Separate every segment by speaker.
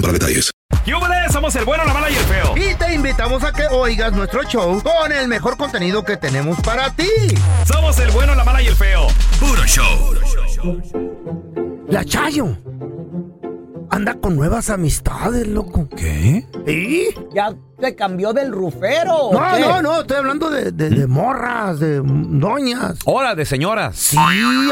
Speaker 1: para detalles.
Speaker 2: ¡Yúbales! Somos el bueno, la mala y el feo.
Speaker 3: Y te invitamos a que oigas nuestro show con el mejor contenido que tenemos para ti.
Speaker 2: Somos el bueno, la mala y el feo.
Speaker 1: Puro show.
Speaker 3: La Chayo anda con nuevas amistades, loco.
Speaker 4: ¿Qué?
Speaker 3: ¿Y?
Speaker 5: Ya te cambió del rufero. ¿o
Speaker 3: No,
Speaker 5: qué?
Speaker 3: no, no, estoy hablando de, de- de morras, de doñas.
Speaker 6: Hola, de señoras.
Speaker 3: Sí,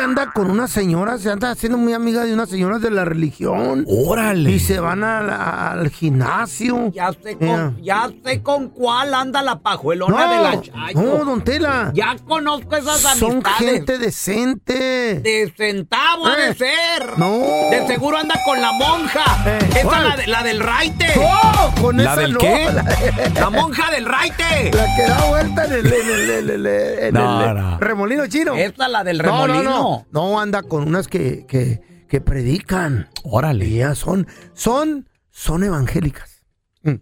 Speaker 3: anda con una señora, se anda haciendo muy amiga de unas señoras de la religión.
Speaker 6: Órale.
Speaker 3: Y se van a la- al gimnasio. Eh,
Speaker 5: Ya sé, con, ya sé con cuál anda la pajuelona de la Chayo.
Speaker 3: no, don Tela.
Speaker 5: ya conozco esas
Speaker 3: Son
Speaker 5: amistades.
Speaker 3: gente decente.
Speaker 5: De centavo ha
Speaker 3: Eh,
Speaker 5: de ser.
Speaker 3: no.
Speaker 5: De seguro anda con la monja.
Speaker 3: Eh,
Speaker 5: Esa
Speaker 3: ¿cuál?
Speaker 5: la, de- la del raite.
Speaker 3: ¡Oh! Con
Speaker 6: ¿La
Speaker 3: esa
Speaker 6: del
Speaker 3: no,
Speaker 6: qué?
Speaker 3: La,
Speaker 5: La monja del raite.
Speaker 3: la que da vuelta en el, en el- en el- en
Speaker 6: No,
Speaker 3: el-
Speaker 6: no.
Speaker 3: remolino chino.
Speaker 5: Esa la del
Speaker 3: No,
Speaker 5: remolino.
Speaker 3: No, no, No, anda con unas que, que, que predican.
Speaker 6: Órale.
Speaker 3: Y ya son, son, son evangélicas. Mm.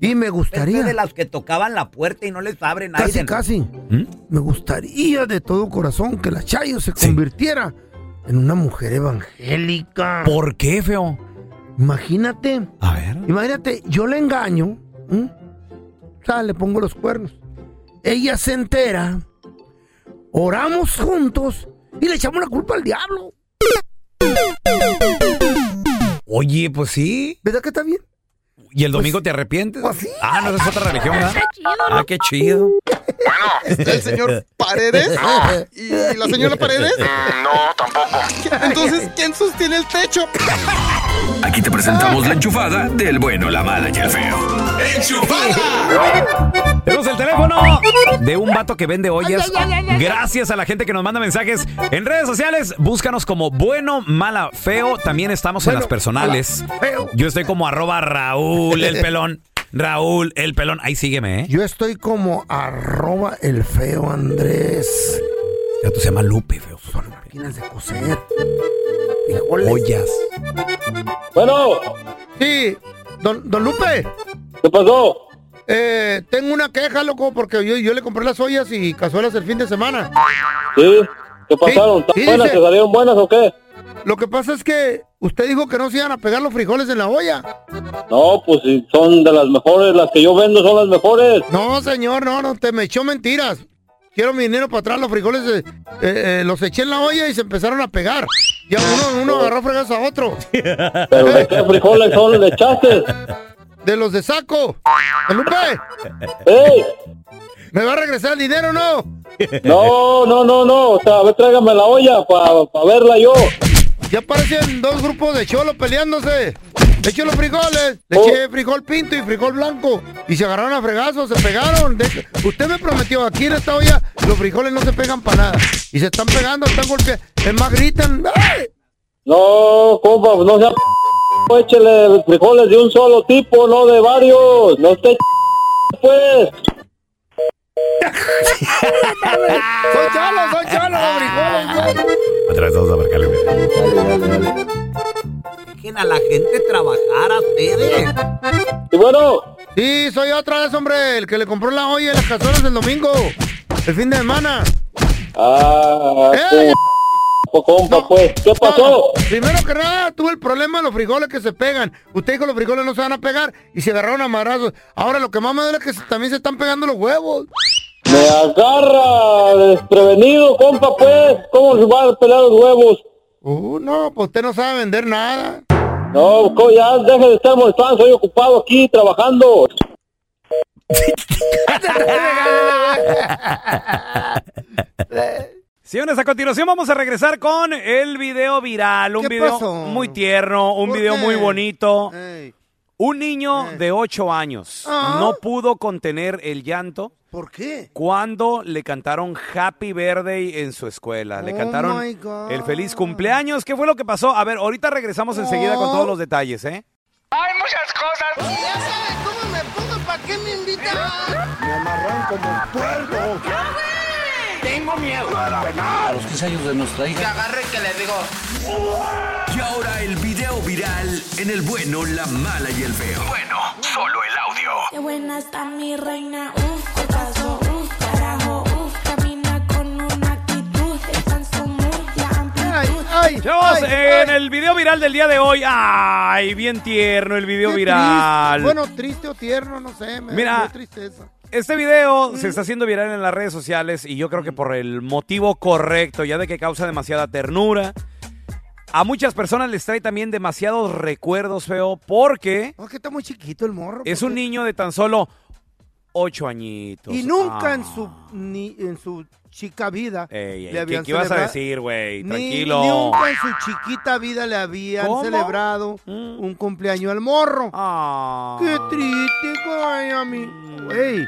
Speaker 3: Y me
Speaker 5: Esa
Speaker 3: gustaría,
Speaker 5: Este de las que tocaban la puerta y no les abren ahí.
Speaker 3: casi,
Speaker 5: de-
Speaker 3: casi,
Speaker 6: ¿Mm?
Speaker 3: me gustaría de todo corazón que la Chayo se convirtiera en una mujer evangélica.
Speaker 6: ¿Por qué, feo?
Speaker 3: Imagínate,
Speaker 6: A ver.
Speaker 3: imagínate, yo le engaño, ¿m? o sea, le pongo los cuernos. Ella se entera, oramos juntos y le echamos la culpa al diablo.
Speaker 6: Oye, pues sí.
Speaker 3: ¿Verdad que está bien?
Speaker 6: ¿Y el domingo te arrepientes?
Speaker 3: pues sí.
Speaker 6: Ah, no, esa es otra religión, ¿verdad? Ah, qué chido.
Speaker 7: el señor Paredes y la señora Paredes.
Speaker 2: No, tampoco.
Speaker 7: Entonces, ¿quién sostiene el techo?
Speaker 8: Aquí te presentamos la enchufada del bueno, la mala y el feo.
Speaker 6: Tenemos el teléfono de un vato que vende ollas. Gracias a la gente que nos manda mensajes en redes sociales. Búscanos como bueno, mala, feo. También estamos en las personales.
Speaker 3: feo.
Speaker 6: Yo estoy como arroba Raúl el pelón. Raúl el pelón. Ahí sígueme, ¿eh?
Speaker 3: Yo estoy como arroba el feo Andrés.
Speaker 6: Ya tú se llama Lupe, feo.
Speaker 3: Máquinas de coser. Frijoles.
Speaker 6: Ollas.
Speaker 8: Bueno,
Speaker 3: Sí, don, don Lupe,
Speaker 8: ¿qué pasó?
Speaker 3: eh, tengo una queja, loco, porque yo, yo le compré las ollas y cazuelas el fin de semana.
Speaker 8: ¿Sí? ¿Qué
Speaker 3: pasaron? ¿Tan sí, buenas? dice- ¿Te
Speaker 8: salieron buenas o qué?
Speaker 3: Lo que pasa es que usted dijo que no se iban a pegar los frijoles en la olla.
Speaker 8: No, pues si son de las mejores, las que yo vendo son las mejores.
Speaker 3: No, señor, no, no, te me echó mentiras. Quiero mi dinero para atrás, los frijoles eh, eh, eh, los eché en la olla y se empezaron a pegar. Ya uno, uno agarró fregas a otro.
Speaker 8: Oh. Pero ¿de qué frijoles son le echaste?
Speaker 3: De los de saco. Don Lupe,
Speaker 8: ¡Ey!
Speaker 3: ¿me va a regresar el dinero o no?
Speaker 8: No, no, no, no. O sea, a ver, tráigame la olla para verla yo.
Speaker 3: Ya parecen dos grupos de cholos peleándose. Le eché los frijoles, le
Speaker 8: Oh.
Speaker 3: eché frijol pinto y frijol blanco. Y se agarraron a fregazos, se pegaron. De- usted me prometió, aquí en esta olla los frijoles no se pegan para nada. Y se están pegando, están golpeando. Es más, gritan. ¡Ay!
Speaker 8: No, compa, no sea p- échele frijoles de un solo tipo, no de varios. No esté ch- pues.
Speaker 3: ¡Son cholos, son
Speaker 6: Ah.
Speaker 3: cholos los frijoles!
Speaker 6: Otra vez vamos a marcarle, güey.
Speaker 5: dejen a la gente trabajar a ustedes.
Speaker 3: ¿Y bueno? Sí, soy otra vez, hombre, el que le compró la olla y las cazuelas el domingo, el fin de semana.
Speaker 8: Ah, tú, compa, pues. ¿Qué pasó?
Speaker 3: Primero que nada, tuve el problema de los frijoles que se pegan. Usted dijo los frijoles no se van a pegar y se agarraron a madrazos. Ahora lo que más me duele es que se- también se están pegando los huevos.
Speaker 8: Me agarra desprevenido, compa, pues. ¿Cómo se van a pelar los huevos?
Speaker 3: Uh, no, pues usted no sabe vender nada.
Speaker 8: No, co- ya deje de estar molestando, soy ocupado aquí trabajando.
Speaker 6: Señores, a continuación vamos a regresar con el video viral. Un
Speaker 9: ¿Qué
Speaker 6: video
Speaker 9: pasó?
Speaker 6: muy tierno, un
Speaker 9: ¿Por
Speaker 6: video
Speaker 9: qué?
Speaker 6: muy bonito. Un niño de 8 años
Speaker 9: Ah.
Speaker 6: no pudo contener el llanto. ¿Por qué? Cuando le cantaron Happy Birthday en su escuela. Le
Speaker 9: Oh
Speaker 6: cantaron
Speaker 9: my God.
Speaker 6: el feliz cumpleaños. ¿Qué fue lo que pasó? A ver, ahorita regresamos enseguida con todos los detalles, ¿eh?
Speaker 9: Hay muchas cosas. ya sabes cómo me pongo, ¿para qué me invitan? Me amarran como puerco. Tengo miedo a la penal.
Speaker 10: los 15 años de nuestra hija.
Speaker 9: agarre que le digo.
Speaker 11: Y ahora el video viral en el bueno, la mala y el feo. Bueno, solo el audio.
Speaker 12: Qué buena está mi reina, uf, qué pasó, uf, carajo, uf, camina con una actitud, es tan su mood, la amplitud.
Speaker 6: Chavos, en el video viral del día de hoy. ¡Ay, bien tierno el video
Speaker 3: Qué
Speaker 6: viral!
Speaker 3: triste. Bueno, triste o tierno, no sé. Me
Speaker 6: Mira.
Speaker 3: dio tristeza.
Speaker 6: Este video
Speaker 9: Mm.
Speaker 6: se está haciendo viral en las redes sociales y yo creo que por el motivo correcto, ya de que causa demasiada ternura. A muchas personas les trae también demasiados recuerdos, feo,
Speaker 9: Ah,
Speaker 6: porque
Speaker 3: No, es que está muy chiquito el morro.
Speaker 6: es un niño de tan solo ocho añitos.
Speaker 9: Y nunca
Speaker 6: Ah.
Speaker 9: en su ni, en su chica vida
Speaker 6: Ey, ey,
Speaker 9: le
Speaker 6: ¿qué,
Speaker 9: habían
Speaker 6: qué ibas a
Speaker 9: celebra-
Speaker 6: decir, güey?
Speaker 9: Ni-
Speaker 6: Tranquilo.
Speaker 9: nunca en su chiquita vida le habían
Speaker 6: ¿Cómo? Mm.
Speaker 9: celebrado un cumpleaños al morro.
Speaker 6: Ah.
Speaker 9: Qué triste, güey, a mí.
Speaker 6: Mm.
Speaker 9: Güey,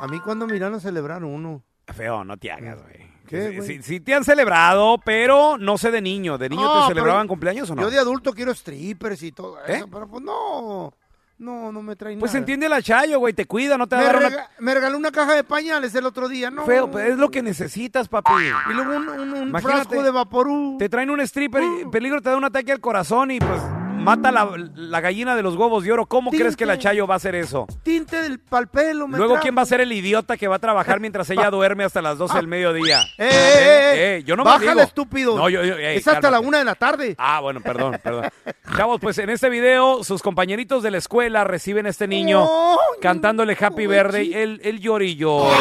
Speaker 9: a mí cuando me irán a celebrar uno.
Speaker 6: Feo, no te hagas, güey.
Speaker 9: ¿Qué,
Speaker 6: Sí,
Speaker 9: güey?
Speaker 6: sí, sí te han celebrado, pero no sé de niño. ¿De niño
Speaker 9: No,
Speaker 6: te celebraban
Speaker 9: pero
Speaker 6: cumpleaños o no?
Speaker 9: Yo de adulto quiero strippers y todo eso, pero pues no. No, no me traen
Speaker 6: ¿Eh? Pues
Speaker 9: nada.
Speaker 6: entiende la chayo, güey, te cuida, no te
Speaker 9: Me,
Speaker 6: agarra una
Speaker 9: rega- me regaló una caja de pañales el otro día, ¿no?
Speaker 6: Feo, pero es lo que necesitas, papi.
Speaker 9: Y luego un, un- un
Speaker 6: Imagínate.
Speaker 9: frasco de vaporú.
Speaker 6: Te traen un stripper, y peligro te da un ataque al corazón y pues mata la, la gallina de los huevos de oro. ¿Cómo crees que la
Speaker 9: pues.
Speaker 6: Chayo va a hacer eso?
Speaker 9: Tinte del pal pelo, me
Speaker 6: Luego,
Speaker 9: trajo.
Speaker 6: ¿quién va a ser el idiota que va a trabajar mientras ella duerme hasta las 12 del mediodía?
Speaker 9: ¡Eh, eh, eh!
Speaker 6: yo no
Speaker 9: Bájale, estúpido.
Speaker 6: No, yo, yo- ey,
Speaker 9: es hasta la
Speaker 6: cálmate.
Speaker 9: una de la tarde.
Speaker 6: Ah, bueno, perdón, perdón. Chavos, pues en este video, sus compañeritos de la escuela reciben a este niño
Speaker 9: No,
Speaker 6: cantándole Happy Verde. y Él, él llora y llora.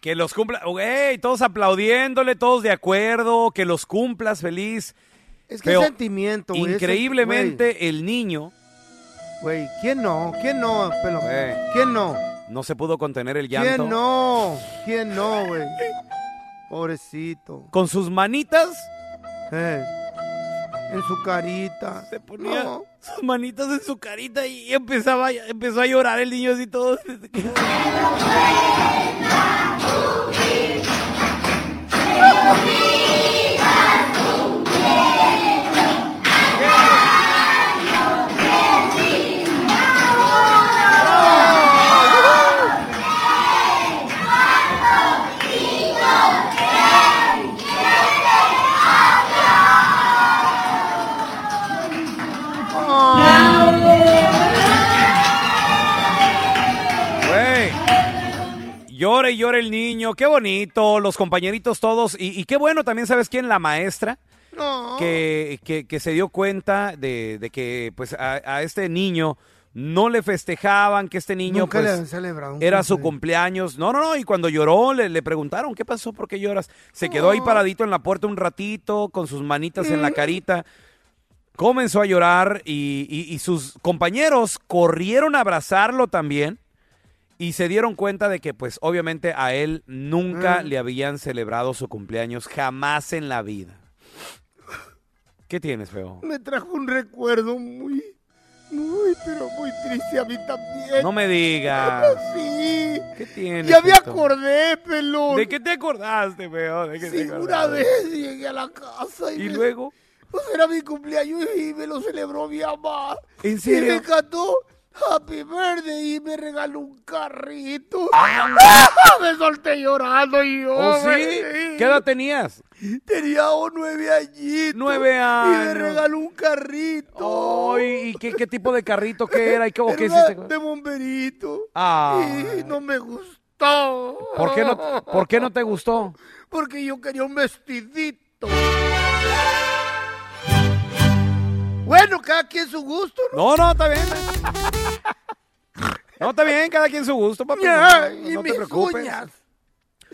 Speaker 6: Que los cumpla, güey, todos aplaudiéndole, todos de acuerdo, que los cumplas feliz.
Speaker 9: Es que
Speaker 6: Pero
Speaker 9: sentimiento, güey. es-
Speaker 6: Increíblemente, el niño
Speaker 9: Güey, güey, ¿quién no? ¿Quién no, pelo?
Speaker 6: Güey.
Speaker 9: ¿Quién no?
Speaker 6: no se pudo contener el llanto.
Speaker 9: ¿Quién no? ¿Quién no, güey? Pobrecito.
Speaker 6: Con sus manitas
Speaker 9: Eh, en su carita. Se
Speaker 6: ponía sus manitas en su carita y empezaba, empezó a llorar el niño así todo. Güey. Llora y llora el niño, qué bonito, los compañeritos todos, y, y qué bueno también, ¿sabes quién? La maestra, que, que- que se dio cuenta de, de que pues a, a este niño no le festejaban, que este niño
Speaker 9: Nunca le
Speaker 6: pues,
Speaker 9: han celebrado un
Speaker 6: era su cumpleaños. No, no, no, y cuando lloró le, le preguntaron, ¿qué pasó? ¿Por qué lloras? Se quedó
Speaker 10: Oh.
Speaker 6: ahí paradito en la puerta un ratito, con sus manitas
Speaker 10: Mm.
Speaker 6: en la carita. Comenzó a llorar y, y- y sus compañeros corrieron a abrazarlo también y se dieron cuenta de que pues obviamente a él nunca
Speaker 9: Mm.
Speaker 6: le habían celebrado su cumpleaños, jamás en la vida. ¿Qué tienes, feo?
Speaker 9: Me trajo un recuerdo muy, muy
Speaker 10: pero muy triste a mí también.
Speaker 6: No me digas.
Speaker 10: Sí.
Speaker 6: ¿Qué tienes?
Speaker 10: Ya me
Speaker 6: Beto?
Speaker 10: acordé, pelón.
Speaker 6: ¿De qué te acordaste, peor? ¿De qué te
Speaker 10: Sí, una
Speaker 6: acordaste?
Speaker 10: vez llegué a la casa y,
Speaker 6: ¿Y
Speaker 10: me-
Speaker 6: luego?
Speaker 10: Pues era mi cumpleaños y me lo celebró mi mamá.
Speaker 6: ¿En
Speaker 10: Y
Speaker 6: serio?
Speaker 10: me cantó Happy Birthday y me regaló un carrito. me solté llorando y yo.
Speaker 6: ¡Ah! ¿Oh, sí?
Speaker 10: güey.
Speaker 6: ¿Qué edad tenías?
Speaker 10: Tenía oh, nueve añitos.
Speaker 6: Nueve
Speaker 10: Y me
Speaker 6: años.
Speaker 10: regaló un carrito.
Speaker 6: Oh, ¿Y y qué, qué tipo de carrito que era? ¿Y qué, o qué
Speaker 10: Era
Speaker 6: hiciste?
Speaker 10: De bomberito.
Speaker 6: Ah,
Speaker 10: Y no me gustó.
Speaker 6: ¿por, qué no, ¿Por qué no te gustó?
Speaker 10: Porque yo quería un vestidito. Bueno, cada quien su gusto,
Speaker 6: No, no, está bien. No, está bien, cada quien su gusto, papi. No,
Speaker 10: Ya,
Speaker 6: no,
Speaker 10: y
Speaker 6: no te
Speaker 10: mis
Speaker 6: preocupes.
Speaker 10: uñas.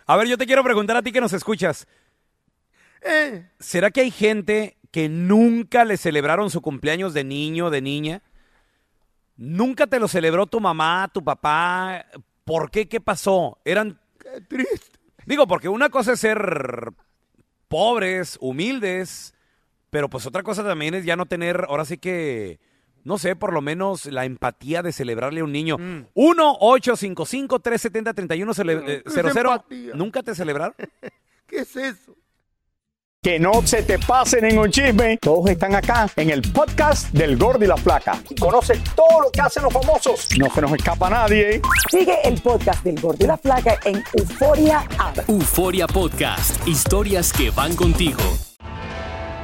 Speaker 6: A ver, yo te quiero preguntar a ti que nos escuchas.
Speaker 10: Eh,
Speaker 6: ¿Será que hay gente que nunca le celebraron su cumpleaños de niño, de niña? ¿Nunca te lo celebró tu mamá, tu papá? ¿Por qué? ¿Qué pasó? Eran...
Speaker 10: triste.
Speaker 6: Digo, porque una cosa es ser pobres, humildes, pero pues otra cosa también es ya no tener, ahora sí que, no sé, por lo menos la empatía de celebrarle a un niño. 1-855-370-3100. eh, ¿Nunca te celebraron?
Speaker 10: ¿Qué es eso?
Speaker 13: Que no se te pase ningún chisme. Todos están acá en el podcast del Gordi y la Flaca. Conoce todo lo que hacen los famosos. No se nos escapa nadie. Sigue el podcast del Gordi y la Flaca en Euforia
Speaker 14: Euforia Podcast. Historias que van contigo.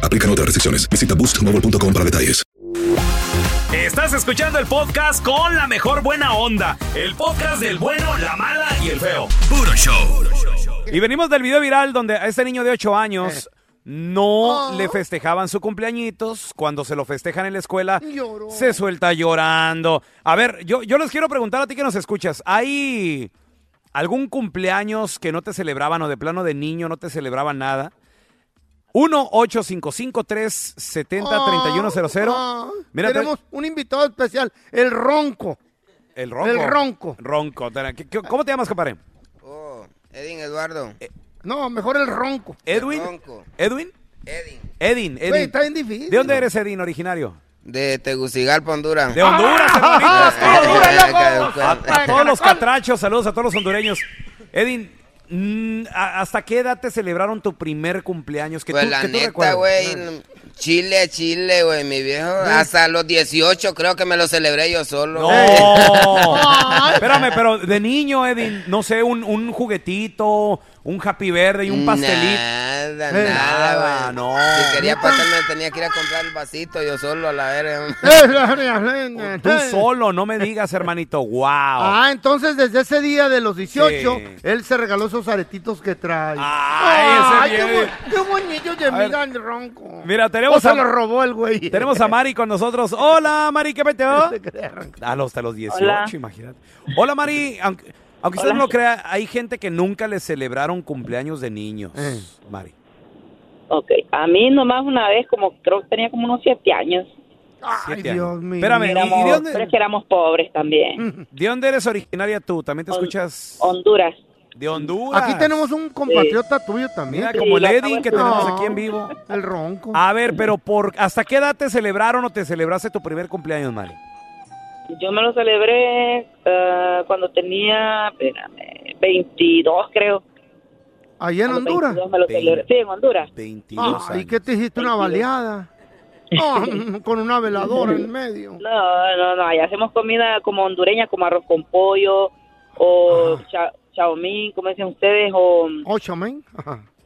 Speaker 1: Aplican otras restricciones. Visita boostmobile.com para detalles.
Speaker 2: Estás escuchando el podcast con la mejor buena onda. El podcast del bueno, la mala y el feo.
Speaker 11: Puro show.
Speaker 6: Y venimos del video viral donde a este niño de 8 años
Speaker 2: Eh. Ah.
Speaker 6: no le festejaban su cumpleañitos. Cuando se lo festejan en la escuela, se suelta llorando. A ver, yo, yo les quiero preguntar a ti que nos escuchas. ¿Hay algún cumpleaños que no te celebraban o de plano de niño no te celebraban nada?
Speaker 2: Ah,
Speaker 6: 1-855-370-3100. Mira, te-
Speaker 3: Ah, Tenemos un invitado especial, el Ronco.
Speaker 6: el ronco.
Speaker 3: el ronco.
Speaker 6: Ronco. ¿Qué- qué- ¿Cómo te llamas, compadre?
Speaker 15: Edwin Eduardo.
Speaker 6: Eh,
Speaker 3: No, mejor el Ronco.
Speaker 6: ¿Edwin?
Speaker 15: Ronco.
Speaker 6: ¿Edwin?
Speaker 15: Edwin.
Speaker 6: Edin, Edin.
Speaker 15: Güey, está
Speaker 3: bien difícil.
Speaker 6: ¿De dónde eres, Edin, originario?
Speaker 15: De Tegucigalpa, Honduras.
Speaker 6: De Honduras,
Speaker 15: Ah,
Speaker 6: hermanito.
Speaker 15: ah, ah, Honduras,
Speaker 6: Ay,
Speaker 15: loco.
Speaker 6: ay, ay,
Speaker 15: Ah,
Speaker 6: A, a todos
Speaker 15: caracol.
Speaker 6: los catrachos, saludos a todos los hondureños. Edin, mm, ¿a- ¿hasta qué edad te celebraron tu primer cumpleaños? Que
Speaker 15: Pues
Speaker 6: tú,
Speaker 15: la
Speaker 6: que tú Ah.
Speaker 15: neta,
Speaker 6: recuerdas?
Speaker 15: güey. Chile, Chile, güey, mi viejo. Hasta los 18 creo que me lo celebré yo solo.
Speaker 6: No. Espérame, pero de niño, Edin, no sé, un, un juguetito, un happy verde y un pastelito.
Speaker 15: Nada,
Speaker 6: Eh,
Speaker 15: nada, güey.
Speaker 6: no.
Speaker 15: Si quería pastel me tenía que ir a comprar el vasito yo solo a la verga.
Speaker 6: Tú solo, no me digas, hermanito. ¡Wow!
Speaker 3: Eh. Ah, entonces desde ese día de los 18,
Speaker 6: Sí.
Speaker 3: él se regaló esos aretitos que trae.
Speaker 6: Ay, ese
Speaker 3: qué,
Speaker 6: bien.
Speaker 3: bu- qué bonito de
Speaker 6: ver.
Speaker 3: miran ronco.
Speaker 6: Mira, tenemos
Speaker 3: O se lo robó el güey.
Speaker 6: Tenemos a Mari con nosotros. Hola, Mari, ¿qué peteo? A los, hasta los 18,
Speaker 3: Hola.
Speaker 6: imagínate. Hola, Mari. Aunque, aunque usted
Speaker 16: Hola.
Speaker 6: no lo crea, hay gente que nunca le celebraron cumpleaños de niños,
Speaker 3: Eh.
Speaker 6: Mari.
Speaker 16: Ok, a mí nomás una vez, como creo que tenía como unos siete años,
Speaker 6: Siete
Speaker 3: Dios
Speaker 6: años.
Speaker 3: mío.
Speaker 6: Espérame, ¿y-
Speaker 16: Éramos-
Speaker 6: ¿y de dónde,
Speaker 16: Pero es que éramos pobres también.
Speaker 6: de dónde eres originaria tú? ¿También te escuchas?
Speaker 16: Honduras.
Speaker 6: De Honduras.
Speaker 3: Aquí tenemos un compatriota tuyo también.
Speaker 6: Mira, como el Eddie que tenemos aquí en vivo. Ah,
Speaker 3: El ronco.
Speaker 6: A ver, pero por ¿hasta qué edad te celebraron o te celebraste tu primer cumpleaños, Mari?
Speaker 16: Yo me lo celebré ah, cuando tenía, espérame, 22 creo.
Speaker 3: ¿Allá en
Speaker 16: A los
Speaker 3: Honduras?
Speaker 16: 22 me lo celebré. Sí, en Honduras.
Speaker 3: ¿Y qué te hiciste? ¿Una baleada? Ah, con una veladora en medio.
Speaker 16: No, no, no, allá hacemos comida como hondureña, como arroz con pollo o
Speaker 3: Ah.
Speaker 16: cha- chaomín, como dicen ustedes, o...
Speaker 3: ¿O chaomín?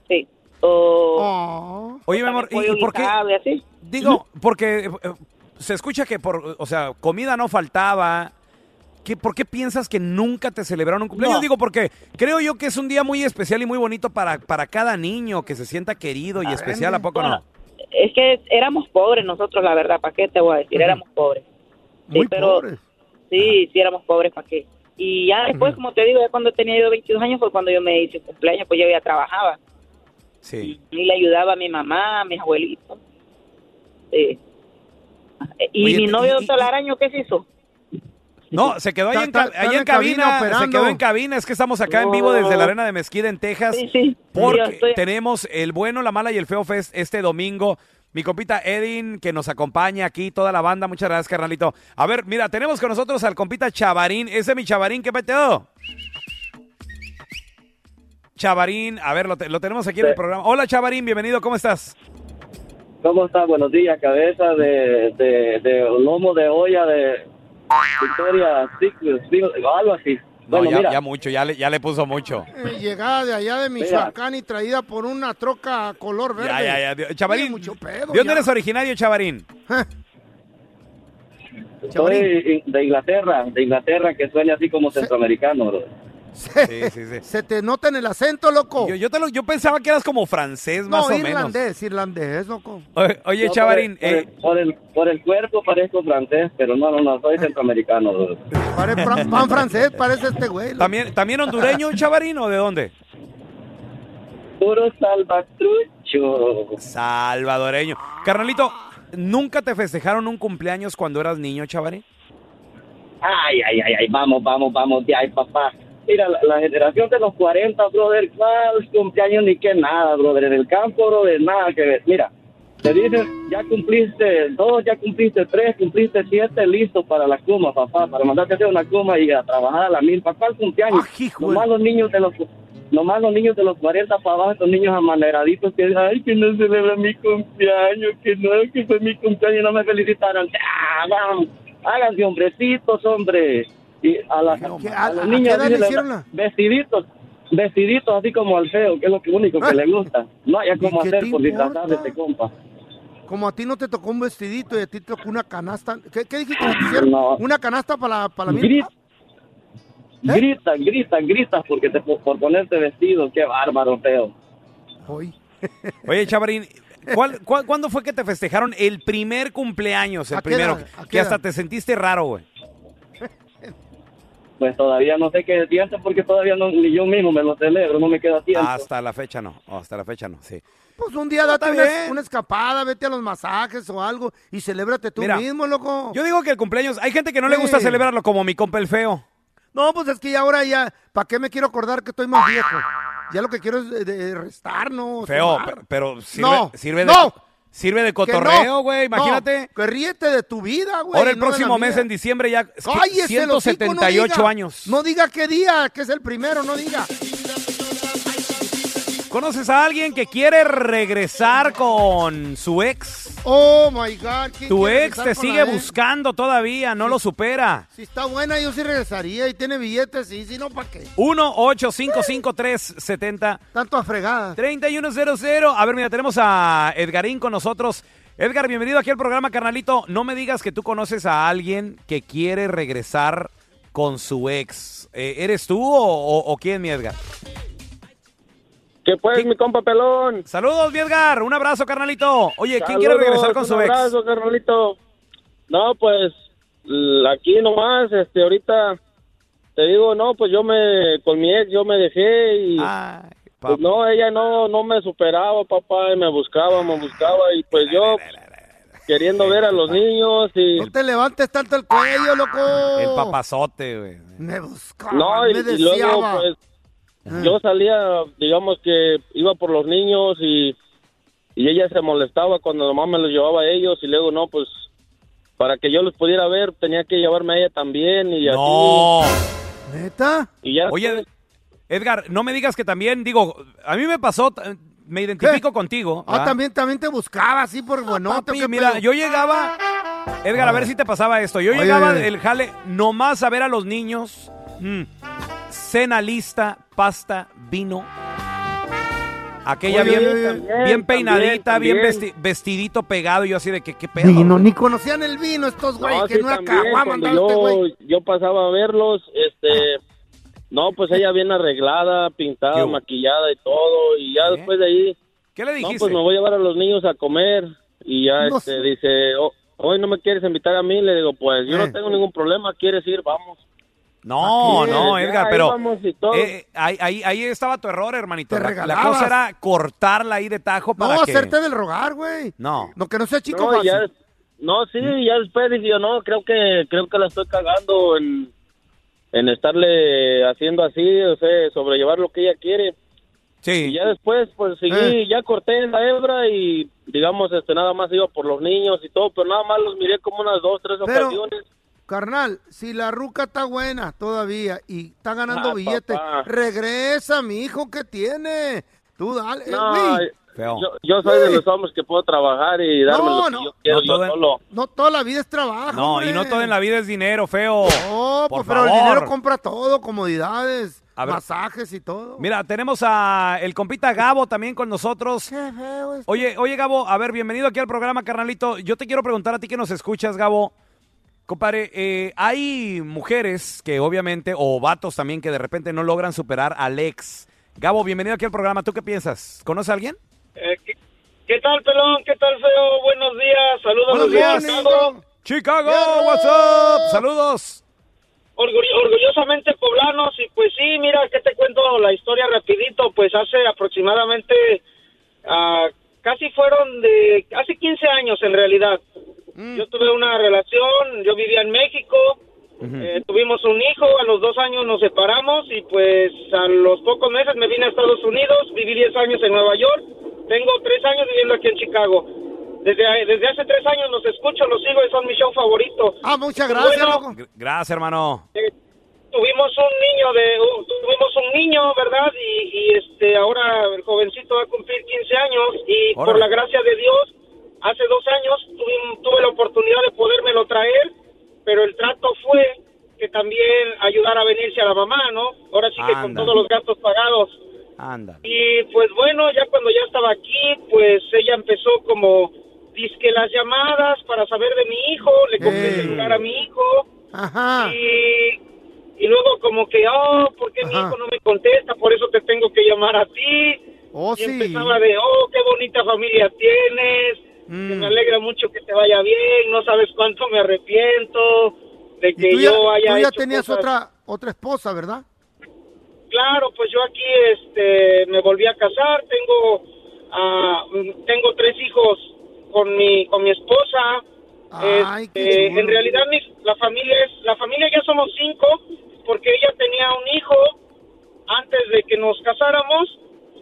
Speaker 16: Sí, Oh,
Speaker 3: Oh. Ah.
Speaker 16: o...
Speaker 6: Oye, mi amor, ¿y
Speaker 16: pollo
Speaker 6: por qué?
Speaker 16: guisado y así.
Speaker 6: Digo, porque eh, eh, se escucha que por, o sea, comida no faltaba. ¿Qué, ¿Por qué piensas que nunca te celebraron un cumpleaños? Digo, porque creo yo que es un día muy especial y muy bonito para, para cada niño que se sienta querido y
Speaker 16: Ah,
Speaker 6: especial, ¿a poco no?
Speaker 16: Es que éramos pobres nosotros, la verdad, ¿para qué te voy a decir? Éramos pobres. Sí,
Speaker 6: Muy
Speaker 16: pero,
Speaker 6: pobres.
Speaker 16: Sí, sí, éramos pobres, ¿para qué? Y ya después, como te digo, ya cuando tenía yo 22 años fue cuando yo me hice cumpleaños, pues yo ya trabajaba
Speaker 6: Sí.
Speaker 16: y le ayudaba a mi mamá, a mis abuelitos. Sí. ¿Y
Speaker 6: Oye,
Speaker 16: mi
Speaker 6: te-
Speaker 16: novio
Speaker 6: y- y-
Speaker 16: Solaraño qué se hizo?
Speaker 6: No, se quedó ahí en, ca-
Speaker 16: Está- está-
Speaker 6: ahí
Speaker 16: está
Speaker 6: en
Speaker 16: en cabina
Speaker 6: cabina, se
Speaker 16: operando.
Speaker 6: quedó en cabina, es que estamos acá en vivo desde la arena de Mesquita en Texas, porque
Speaker 16: yo estoy-
Speaker 6: tenemos el bueno, la mala y el feo fest este domingo. Mi compita Edin, que nos acompaña aquí, toda la banda, muchas gracias, carnalito. A ver, mira, tenemos con nosotros al compita Chavarín, ese es mi Chavarín, ¿qué peteo? Chavarín, a ver, lo, te- lo tenemos aquí en el programa. Hola Chavarín, bienvenido, ¿cómo estás?
Speaker 17: ¿Cómo está? Buenos días, cabeza de, de, de lomo de olla de Victoria Secret, digo, algo así.
Speaker 6: No,
Speaker 17: Bueno,
Speaker 6: ya,
Speaker 17: mira,
Speaker 6: ya mucho, ya le, ya le puso mucho.
Speaker 3: Eh, llegada de allá de Michoacán y traída por una troca color verde.
Speaker 6: Ya, ya, ya. Dios- Chavarín,
Speaker 3: Tiene mucho pedo,
Speaker 6: ¿de dónde
Speaker 3: ya. Ah.
Speaker 6: eres originario, Chavarín?
Speaker 17: soy de Inglaterra, de Inglaterra que suena así como centroamericano, bro.
Speaker 6: Sí, sí, sí.
Speaker 3: Se te nota en el acento, loco.
Speaker 6: Yo, yo te lo- yo pensaba que eras como francés,
Speaker 3: no,
Speaker 6: más o menos.
Speaker 3: irlandés, irlandés, loco.
Speaker 6: Oye, oye,
Speaker 17: No,
Speaker 6: Chavarín,
Speaker 17: por el,
Speaker 6: eh,
Speaker 17: por, el, por el cuerpo parezco francés, pero no, no, no, soy centroamericano, bro.
Speaker 3: Pan, pan francés, parece este güey.
Speaker 6: ¿también, ¿también hondureño el Chavarín o de dónde?
Speaker 17: Puro salvatrucho.
Speaker 6: Salvadoreño. Carnalito, ¿nunca te festejaron un cumpleaños cuando eras niño, Chavarín?
Speaker 17: Ay, ay, ay, ay, vamos, vamos, vamos, de ay, papá. Mira, la, la generación de los 40, brother, cuál cumpleaños ni que nada, brother, en el campo, brother, nada que ver. Mira, te dicen, ya cumpliste dos, ya cumpliste tres, cumpliste siete, listo para la cuma, papá, para mandarte a hacer una cuma y a trabajar a la mil. ¿Para cuál
Speaker 3: Ah,
Speaker 17: cumpleaños? nomás los niños de los... Nomás los niños de los 40 para abajo, estos niños amaneraditos que, ay, que no celebra mi cumpleaños, que no, que fue mi cumpleaños, no me felicitaron. Ah, vamos, háganse hombrecitos, hombre. Y a, las- a los
Speaker 3: a
Speaker 17: niños
Speaker 3: qué edad
Speaker 17: así
Speaker 3: le
Speaker 17: le-
Speaker 3: hicieron la-
Speaker 17: vestiditos, vestiditos así como al feo, que es lo que- único que le gusta. No haya como
Speaker 3: Ah. qué
Speaker 17: hacer
Speaker 3: te
Speaker 17: por disfrazar de
Speaker 3: importa?
Speaker 17: este compa.
Speaker 3: Como a ti no te tocó un vestidito y a ti te tocó una canasta. ¿Qué, qué dijiste que te hicieron?
Speaker 17: No.
Speaker 3: Una canasta para la, para la
Speaker 17: Grita, grita, grita, grita porque te, por ponerte vestido, qué bárbaro, feo.
Speaker 6: Oye, Chavarín, ¿cuál, cuál- cuándo fue que te festejaron el primer cumpleaños, el
Speaker 17: qué
Speaker 6: primero?
Speaker 17: edad? ¿A qué
Speaker 6: Que hasta
Speaker 17: edad?
Speaker 6: te sentiste raro, güey.
Speaker 17: Pues todavía no sé qué decirte porque todavía no, ni yo mismo me lo celebro, no me queda tiempo.
Speaker 6: Hasta la fecha no, hasta la fecha no, sí.
Speaker 3: Pues un día date
Speaker 6: está
Speaker 3: una,
Speaker 6: bien.
Speaker 3: una escapada, vete a los masajes o algo y celébrate tú
Speaker 6: Mira,
Speaker 3: mismo, loco.
Speaker 6: Yo digo que el cumpleaños, hay gente que no le gusta
Speaker 3: Sí.
Speaker 6: celebrarlo, como mi compa el feo.
Speaker 3: No, pues es que ya ahora ya, ¿para qué me quiero acordar que estoy más viejo? Ya lo que quiero es eh, de restar, ¿no?
Speaker 6: Feo,
Speaker 3: Sumar.
Speaker 6: pero, pero sirve,
Speaker 3: Pues No,
Speaker 6: sirve, de,
Speaker 3: no.
Speaker 6: sirve de
Speaker 3: Que no,
Speaker 6: cotorreo, güey, imagínate.
Speaker 3: no, que ríete de tu vida, güey.
Speaker 6: Ahora el
Speaker 3: no de la
Speaker 6: próximo mes,
Speaker 3: mía.
Speaker 6: en diciembre, ya
Speaker 3: Cállese,
Speaker 6: 178
Speaker 3: hocico, no diga.
Speaker 6: años.
Speaker 3: No diga qué día, que es el primero, no diga.
Speaker 6: ¿Conoces a alguien que quiere regresar con su ex?
Speaker 3: Oh my God. ¿quién
Speaker 6: Tu
Speaker 3: quiere
Speaker 6: ex
Speaker 3: regresar
Speaker 6: te
Speaker 3: con
Speaker 6: sigue
Speaker 3: la de-
Speaker 6: buscando todavía, no lo supera.
Speaker 3: Si está buena, yo sí regresaría y tiene billetes, sí, si no, ¿para qué?
Speaker 6: 1 370
Speaker 3: Tanto a fregada.
Speaker 6: 3100. A ver, mira, tenemos a Edgarín con nosotros. Edgar, bienvenido aquí al programa, carnalito. No me digas que tú conoces a alguien que quiere regresar con su ex. Eh, ¿Eres tú o, o- o quién, mi Edgar?
Speaker 18: ¿Qué pues, mi compa pelón?
Speaker 6: Saludos, mi Edgar. Un abrazo, carnalito. Oye, ¿quién quiere
Speaker 18: Saludos,
Speaker 6: regresar con su
Speaker 18: un
Speaker 6: ex?
Speaker 18: abrazo, carnalito. No, pues l- aquí nomás, este, ahorita te digo, no, pues yo me, con mi ex yo me dejé y pues no, ella no, no me superaba, papá, y me buscaba, me buscaba y pues yo,
Speaker 17: queriendo ver a los niños y...
Speaker 3: No te levantes tanto el cuello, loco.
Speaker 6: El papazote, güey.
Speaker 3: Me buscaba,
Speaker 17: No, y,
Speaker 3: me
Speaker 17: y luego
Speaker 3: deseaba. Ah.
Speaker 17: pues yo salía, digamos que iba por los niños y, y ella se molestaba cuando nomás me los llevaba a ellos y luego no, pues para que yo los pudiera ver tenía que llevarme a ella también y
Speaker 6: No.
Speaker 17: así.
Speaker 3: ¿Neta?
Speaker 17: Y ya
Speaker 6: Oye, Edgar, no me digas que también, digo, a mí me pasó, t- me identifico contigo.
Speaker 3: Ah,
Speaker 6: ¿verdad?
Speaker 3: también, también te buscaba así
Speaker 17: Ah,
Speaker 3: por bueno.
Speaker 6: Papi, mira, yo
Speaker 3: Ah.
Speaker 6: llegaba, Edgar, a ver si te pasaba esto. Yo
Speaker 3: Oye,
Speaker 6: llegaba
Speaker 3: oye, oye.
Speaker 6: del jale nomás a ver a los niños. mm, Cena lista, pasta, vino. Aquella
Speaker 3: Oye,
Speaker 6: bien,
Speaker 3: oye, oye.
Speaker 6: bien
Speaker 3: También,
Speaker 6: peinadita,
Speaker 3: también.
Speaker 6: bien vesti- vestidito pegado. y Yo así de que, ¿qué pedo?
Speaker 3: Vino, ni conocían el vino estos, güey,
Speaker 17: No,
Speaker 3: que
Speaker 17: sí,
Speaker 3: no
Speaker 17: también,
Speaker 3: acababan
Speaker 17: cuando
Speaker 3: andaba este güey.
Speaker 17: yo, yo pasaba a verlos, este, no, pues ella bien arreglada, pintada, maquillada y todo, y ya después de ahí,
Speaker 6: ¿Qué le
Speaker 17: no, pues me voy a llevar a los niños a comer, y ya
Speaker 3: No
Speaker 17: este,
Speaker 3: sé.
Speaker 17: dice, "Oh, hoy no me quieres invitar a mí, le digo, pues yo
Speaker 6: Eh.
Speaker 17: no tengo ningún problema, quieres ir, vamos.
Speaker 6: No,
Speaker 17: Así es,
Speaker 6: no,
Speaker 17: ya,
Speaker 6: Edgar,
Speaker 17: ahí
Speaker 6: pero
Speaker 17: vamos y todo.
Speaker 6: eh, ahí, ahí- ahí estaba tu error, hermanito. La- La,
Speaker 17: regalabas.
Speaker 6: cosa era cortarla ahí de tajo para
Speaker 17: No,
Speaker 6: que...
Speaker 17: hacerte
Speaker 3: del rogar, güey.
Speaker 6: No.
Speaker 3: No, que no sea chico
Speaker 17: no, y ya,
Speaker 3: fácil.
Speaker 17: no, sí, ya después dije yo, no, creo que, creo que la estoy cagando en, en estarle haciendo así, o sea, sobrellevar lo que ella quiere.
Speaker 6: Sí.
Speaker 17: Y ya después, pues seguí,
Speaker 6: Eh.
Speaker 17: ya corté la hebra y, digamos, este, nada más iba por los niños y todo, pero nada más los miré como unas dos, tres
Speaker 3: Pero-
Speaker 17: ocasiones.
Speaker 3: Carnal, si la ruca está buena todavía y está ganando
Speaker 17: Ah,
Speaker 3: billetes,
Speaker 17: papá.
Speaker 3: regresa, mi hijo, ¿qué tiene? Tú dale, eh,
Speaker 17: No,
Speaker 3: güey.
Speaker 17: yo, yo soy de los hombres que puedo trabajar y darme
Speaker 3: No,
Speaker 17: lo que
Speaker 3: no.
Speaker 17: yo quiero
Speaker 6: Eh. No, todo
Speaker 17: yo
Speaker 6: en-
Speaker 17: solo.
Speaker 3: No toda la vida es trabajo.
Speaker 6: No, y no todo en la vida es dinero, feo.
Speaker 3: No,
Speaker 6: por
Speaker 3: pues, pero el
Speaker 6: favor.
Speaker 3: dinero compra todo, comodidades,
Speaker 6: A ver.
Speaker 3: masajes y todo.
Speaker 6: Mira, tenemos a el compita Gabo también con nosotros. Oye, oye Gabo, a ver, bienvenido aquí al programa, carnalito. Yo te quiero preguntar a ti que nos escuchas, Gabo. Compadre, eh, hay mujeres que obviamente, o vatos también, que de repente no logran superar al ex. Gabo, bienvenido aquí al programa. ¿Tú qué piensas? ¿Conoces a alguien?
Speaker 18: Eh, ¿qué, qué tal, pelón? ¿Qué tal, feo? Buenos días. Saludos.
Speaker 6: Buenos
Speaker 18: desde
Speaker 6: días.
Speaker 18: Chicago.
Speaker 6: Chicago, what's up? Saludos.
Speaker 18: Orgullo- orgullosamente poblanos. Y pues sí, mira, que te cuento la historia rapidito. Pues hace aproximadamente, ah, casi fueron de, hace 15 años en realidad.
Speaker 3: Mm.
Speaker 18: Yo tuve una relación, yo vivía en México. eh, tuvimos un hijo, a los dos años nos separamos y pues a los pocos meses me vine a Estados Unidos, viví 10 años en Nueva York, tengo tres años viviendo aquí en Chicago. Desde, desde hace tres años los escucho, los sigo y son mi show favorito.
Speaker 3: Ah, muchas
Speaker 6: Gr- Gracias, hermano.
Speaker 18: tuvimos un niño de uh, tuvimos un niño verdad y, y, este ahora el jovencito va a cumplir 15 años y por
Speaker 6: Órale.
Speaker 18: la gracia de Dios hace dos años tuvi- tuve la oportunidad de podérmelo traer pero el trato fue que también ayudara a venirse a la mamá no ahora sí que con
Speaker 6: Ándale.
Speaker 18: todos los gastos pagados
Speaker 6: Anda.
Speaker 18: y pues bueno, ya cuando ya estaba aquí, pues ella empezó como disque las llamadas para saber de mi hijo, le compré el celular a mi hijo. Y, y luego como que, oh, ¿por qué mi hijo no me contesta? Por eso te tengo que llamar a ti.
Speaker 3: Oh,
Speaker 18: y empezaba de, oh, qué bonita familia tienes, que
Speaker 3: Mm.
Speaker 18: me alegra mucho que te vaya bien, no sabes cuánto me arrepiento de que
Speaker 3: Y tú ya,
Speaker 18: yo haya
Speaker 3: tú ya
Speaker 18: hecho
Speaker 3: tenías
Speaker 18: cosas".
Speaker 3: otra, otra esposa, ¿verdad?
Speaker 18: Claro, pues yo aquí este, me volví a casar, tengo, ah, mm, tengo tres hijos con mi, con mi esposa.
Speaker 3: Ay,
Speaker 18: Este,
Speaker 3: qué chulo.
Speaker 18: en realidad mi- la familia es, la familia ya somos cinco, porque ella tenía un hijo antes de que nos casáramos,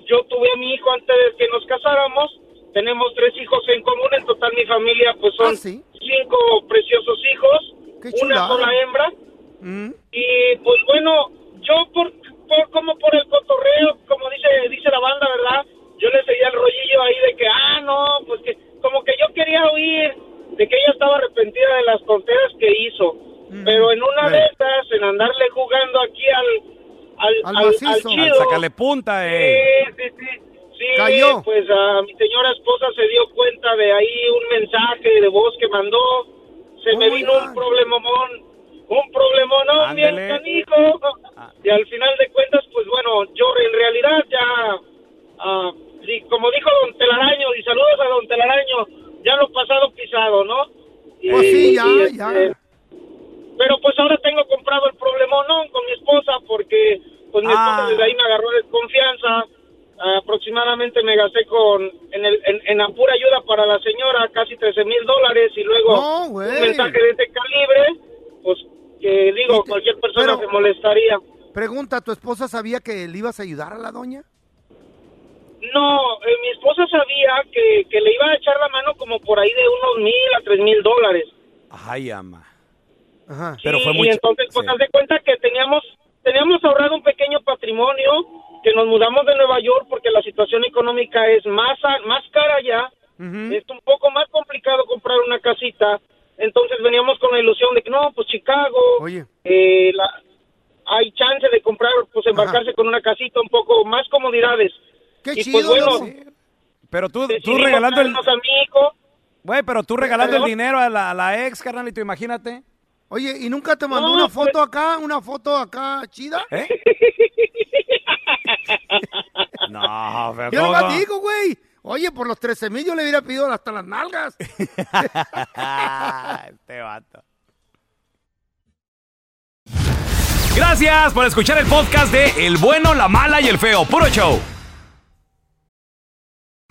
Speaker 18: yo tuve a mi hijo antes de que nos casáramos, tenemos tres hijos en común, en total mi familia pues
Speaker 3: Ah,
Speaker 18: son cinco preciosos hijos,
Speaker 3: chulada.
Speaker 18: una sola hembra.
Speaker 3: Mm.
Speaker 18: Y pues bueno, yo por, por- como por el cotorreo, como dice dice la banda, ¿verdad? Yo le seguía el rollillo ahí de que, ah, no, pues que como que yo quería oír de que ella estaba arrepentida de las tonteras que hizo. Pero en una de estas, en andarle jugando aquí al al,
Speaker 6: Al
Speaker 18: al-
Speaker 6: macizo.
Speaker 18: al chido,
Speaker 6: Al sacarle punta, eh.
Speaker 18: Sí, sí, sí. Sí,
Speaker 6: Cayó.
Speaker 18: pues a mi señora esposa se dio cuenta de ahí un mensaje de voz que mandó. Se
Speaker 3: Oh
Speaker 18: me vino un problemón, un problemón bien
Speaker 6: Ándele.
Speaker 18: canijo.
Speaker 3: Ah.
Speaker 18: Y al final de cuentas, pues bueno, yo en realidad ya, ah, y como dijo Don Telaraño, y saludos a Don Telaraño, ya lo pasado pisado, ¿no? Y-
Speaker 3: Pues sí, ya,
Speaker 18: y, este,
Speaker 3: ya.
Speaker 18: pero pues ahora tengo comprado el problemón con mi esposa porque pues mi
Speaker 6: Ah.
Speaker 18: esposa desde ahí me agarró desconfianza. aproximadamente me gasté con, en, el, en, en la pura ayuda para la señora, casi 13 mil dólares y luego
Speaker 9: No,
Speaker 18: un
Speaker 9: güey.
Speaker 18: mensaje de este calibre, pues que digo, cualquier persona se molestaría.
Speaker 3: Pregunta, ¿tu esposa sabía que le ibas a ayudar a la doña?
Speaker 18: No, eh, mi esposa sabía que, que le iba a echar la mano como por ahí de unos mil a tres mil dólares.
Speaker 6: Ay, ama.
Speaker 3: Ajá.
Speaker 6: Pero
Speaker 18: Sí,
Speaker 6: fue muy
Speaker 18: y
Speaker 6: ch-
Speaker 18: entonces pues
Speaker 6: sí.
Speaker 18: haz de cuenta que teníamos teníamos ahorrado un pequeño patrimonio que nos mudamos de Nueva York porque la situación económica es más a- más cara allá es un poco más complicado comprar una casita entonces veníamos con la ilusión de que no pues Chicago eh, la- hay chance de comprar pues embarcarse con una casita un poco más comodidades
Speaker 3: Qué
Speaker 18: y pues
Speaker 6: chido,
Speaker 18: bueno
Speaker 6: Pero tú, tú
Speaker 18: decidimos
Speaker 6: regalando el.
Speaker 18: traernos a mi hijo.
Speaker 6: Güey, pero tú regalando el
Speaker 3: ¿Perdón?
Speaker 6: dinero a la, a la ex, carnalito, imagínate.
Speaker 3: Oye, ¿y nunca te mandó
Speaker 6: No,
Speaker 3: una
Speaker 6: pues-
Speaker 3: foto acá, una foto acá chida?
Speaker 6: ¿Eh? No, pero.
Speaker 3: Yo
Speaker 6: ¿cómo?
Speaker 3: lo digo, güey. Oye, por los 13 mil yo le hubiera pedido hasta las nalgas.
Speaker 6: este vato. Gracias por escuchar el podcast de El bueno, la mala y el feo. Puro show.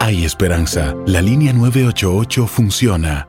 Speaker 7: Hay esperanza. La línea 988 funciona.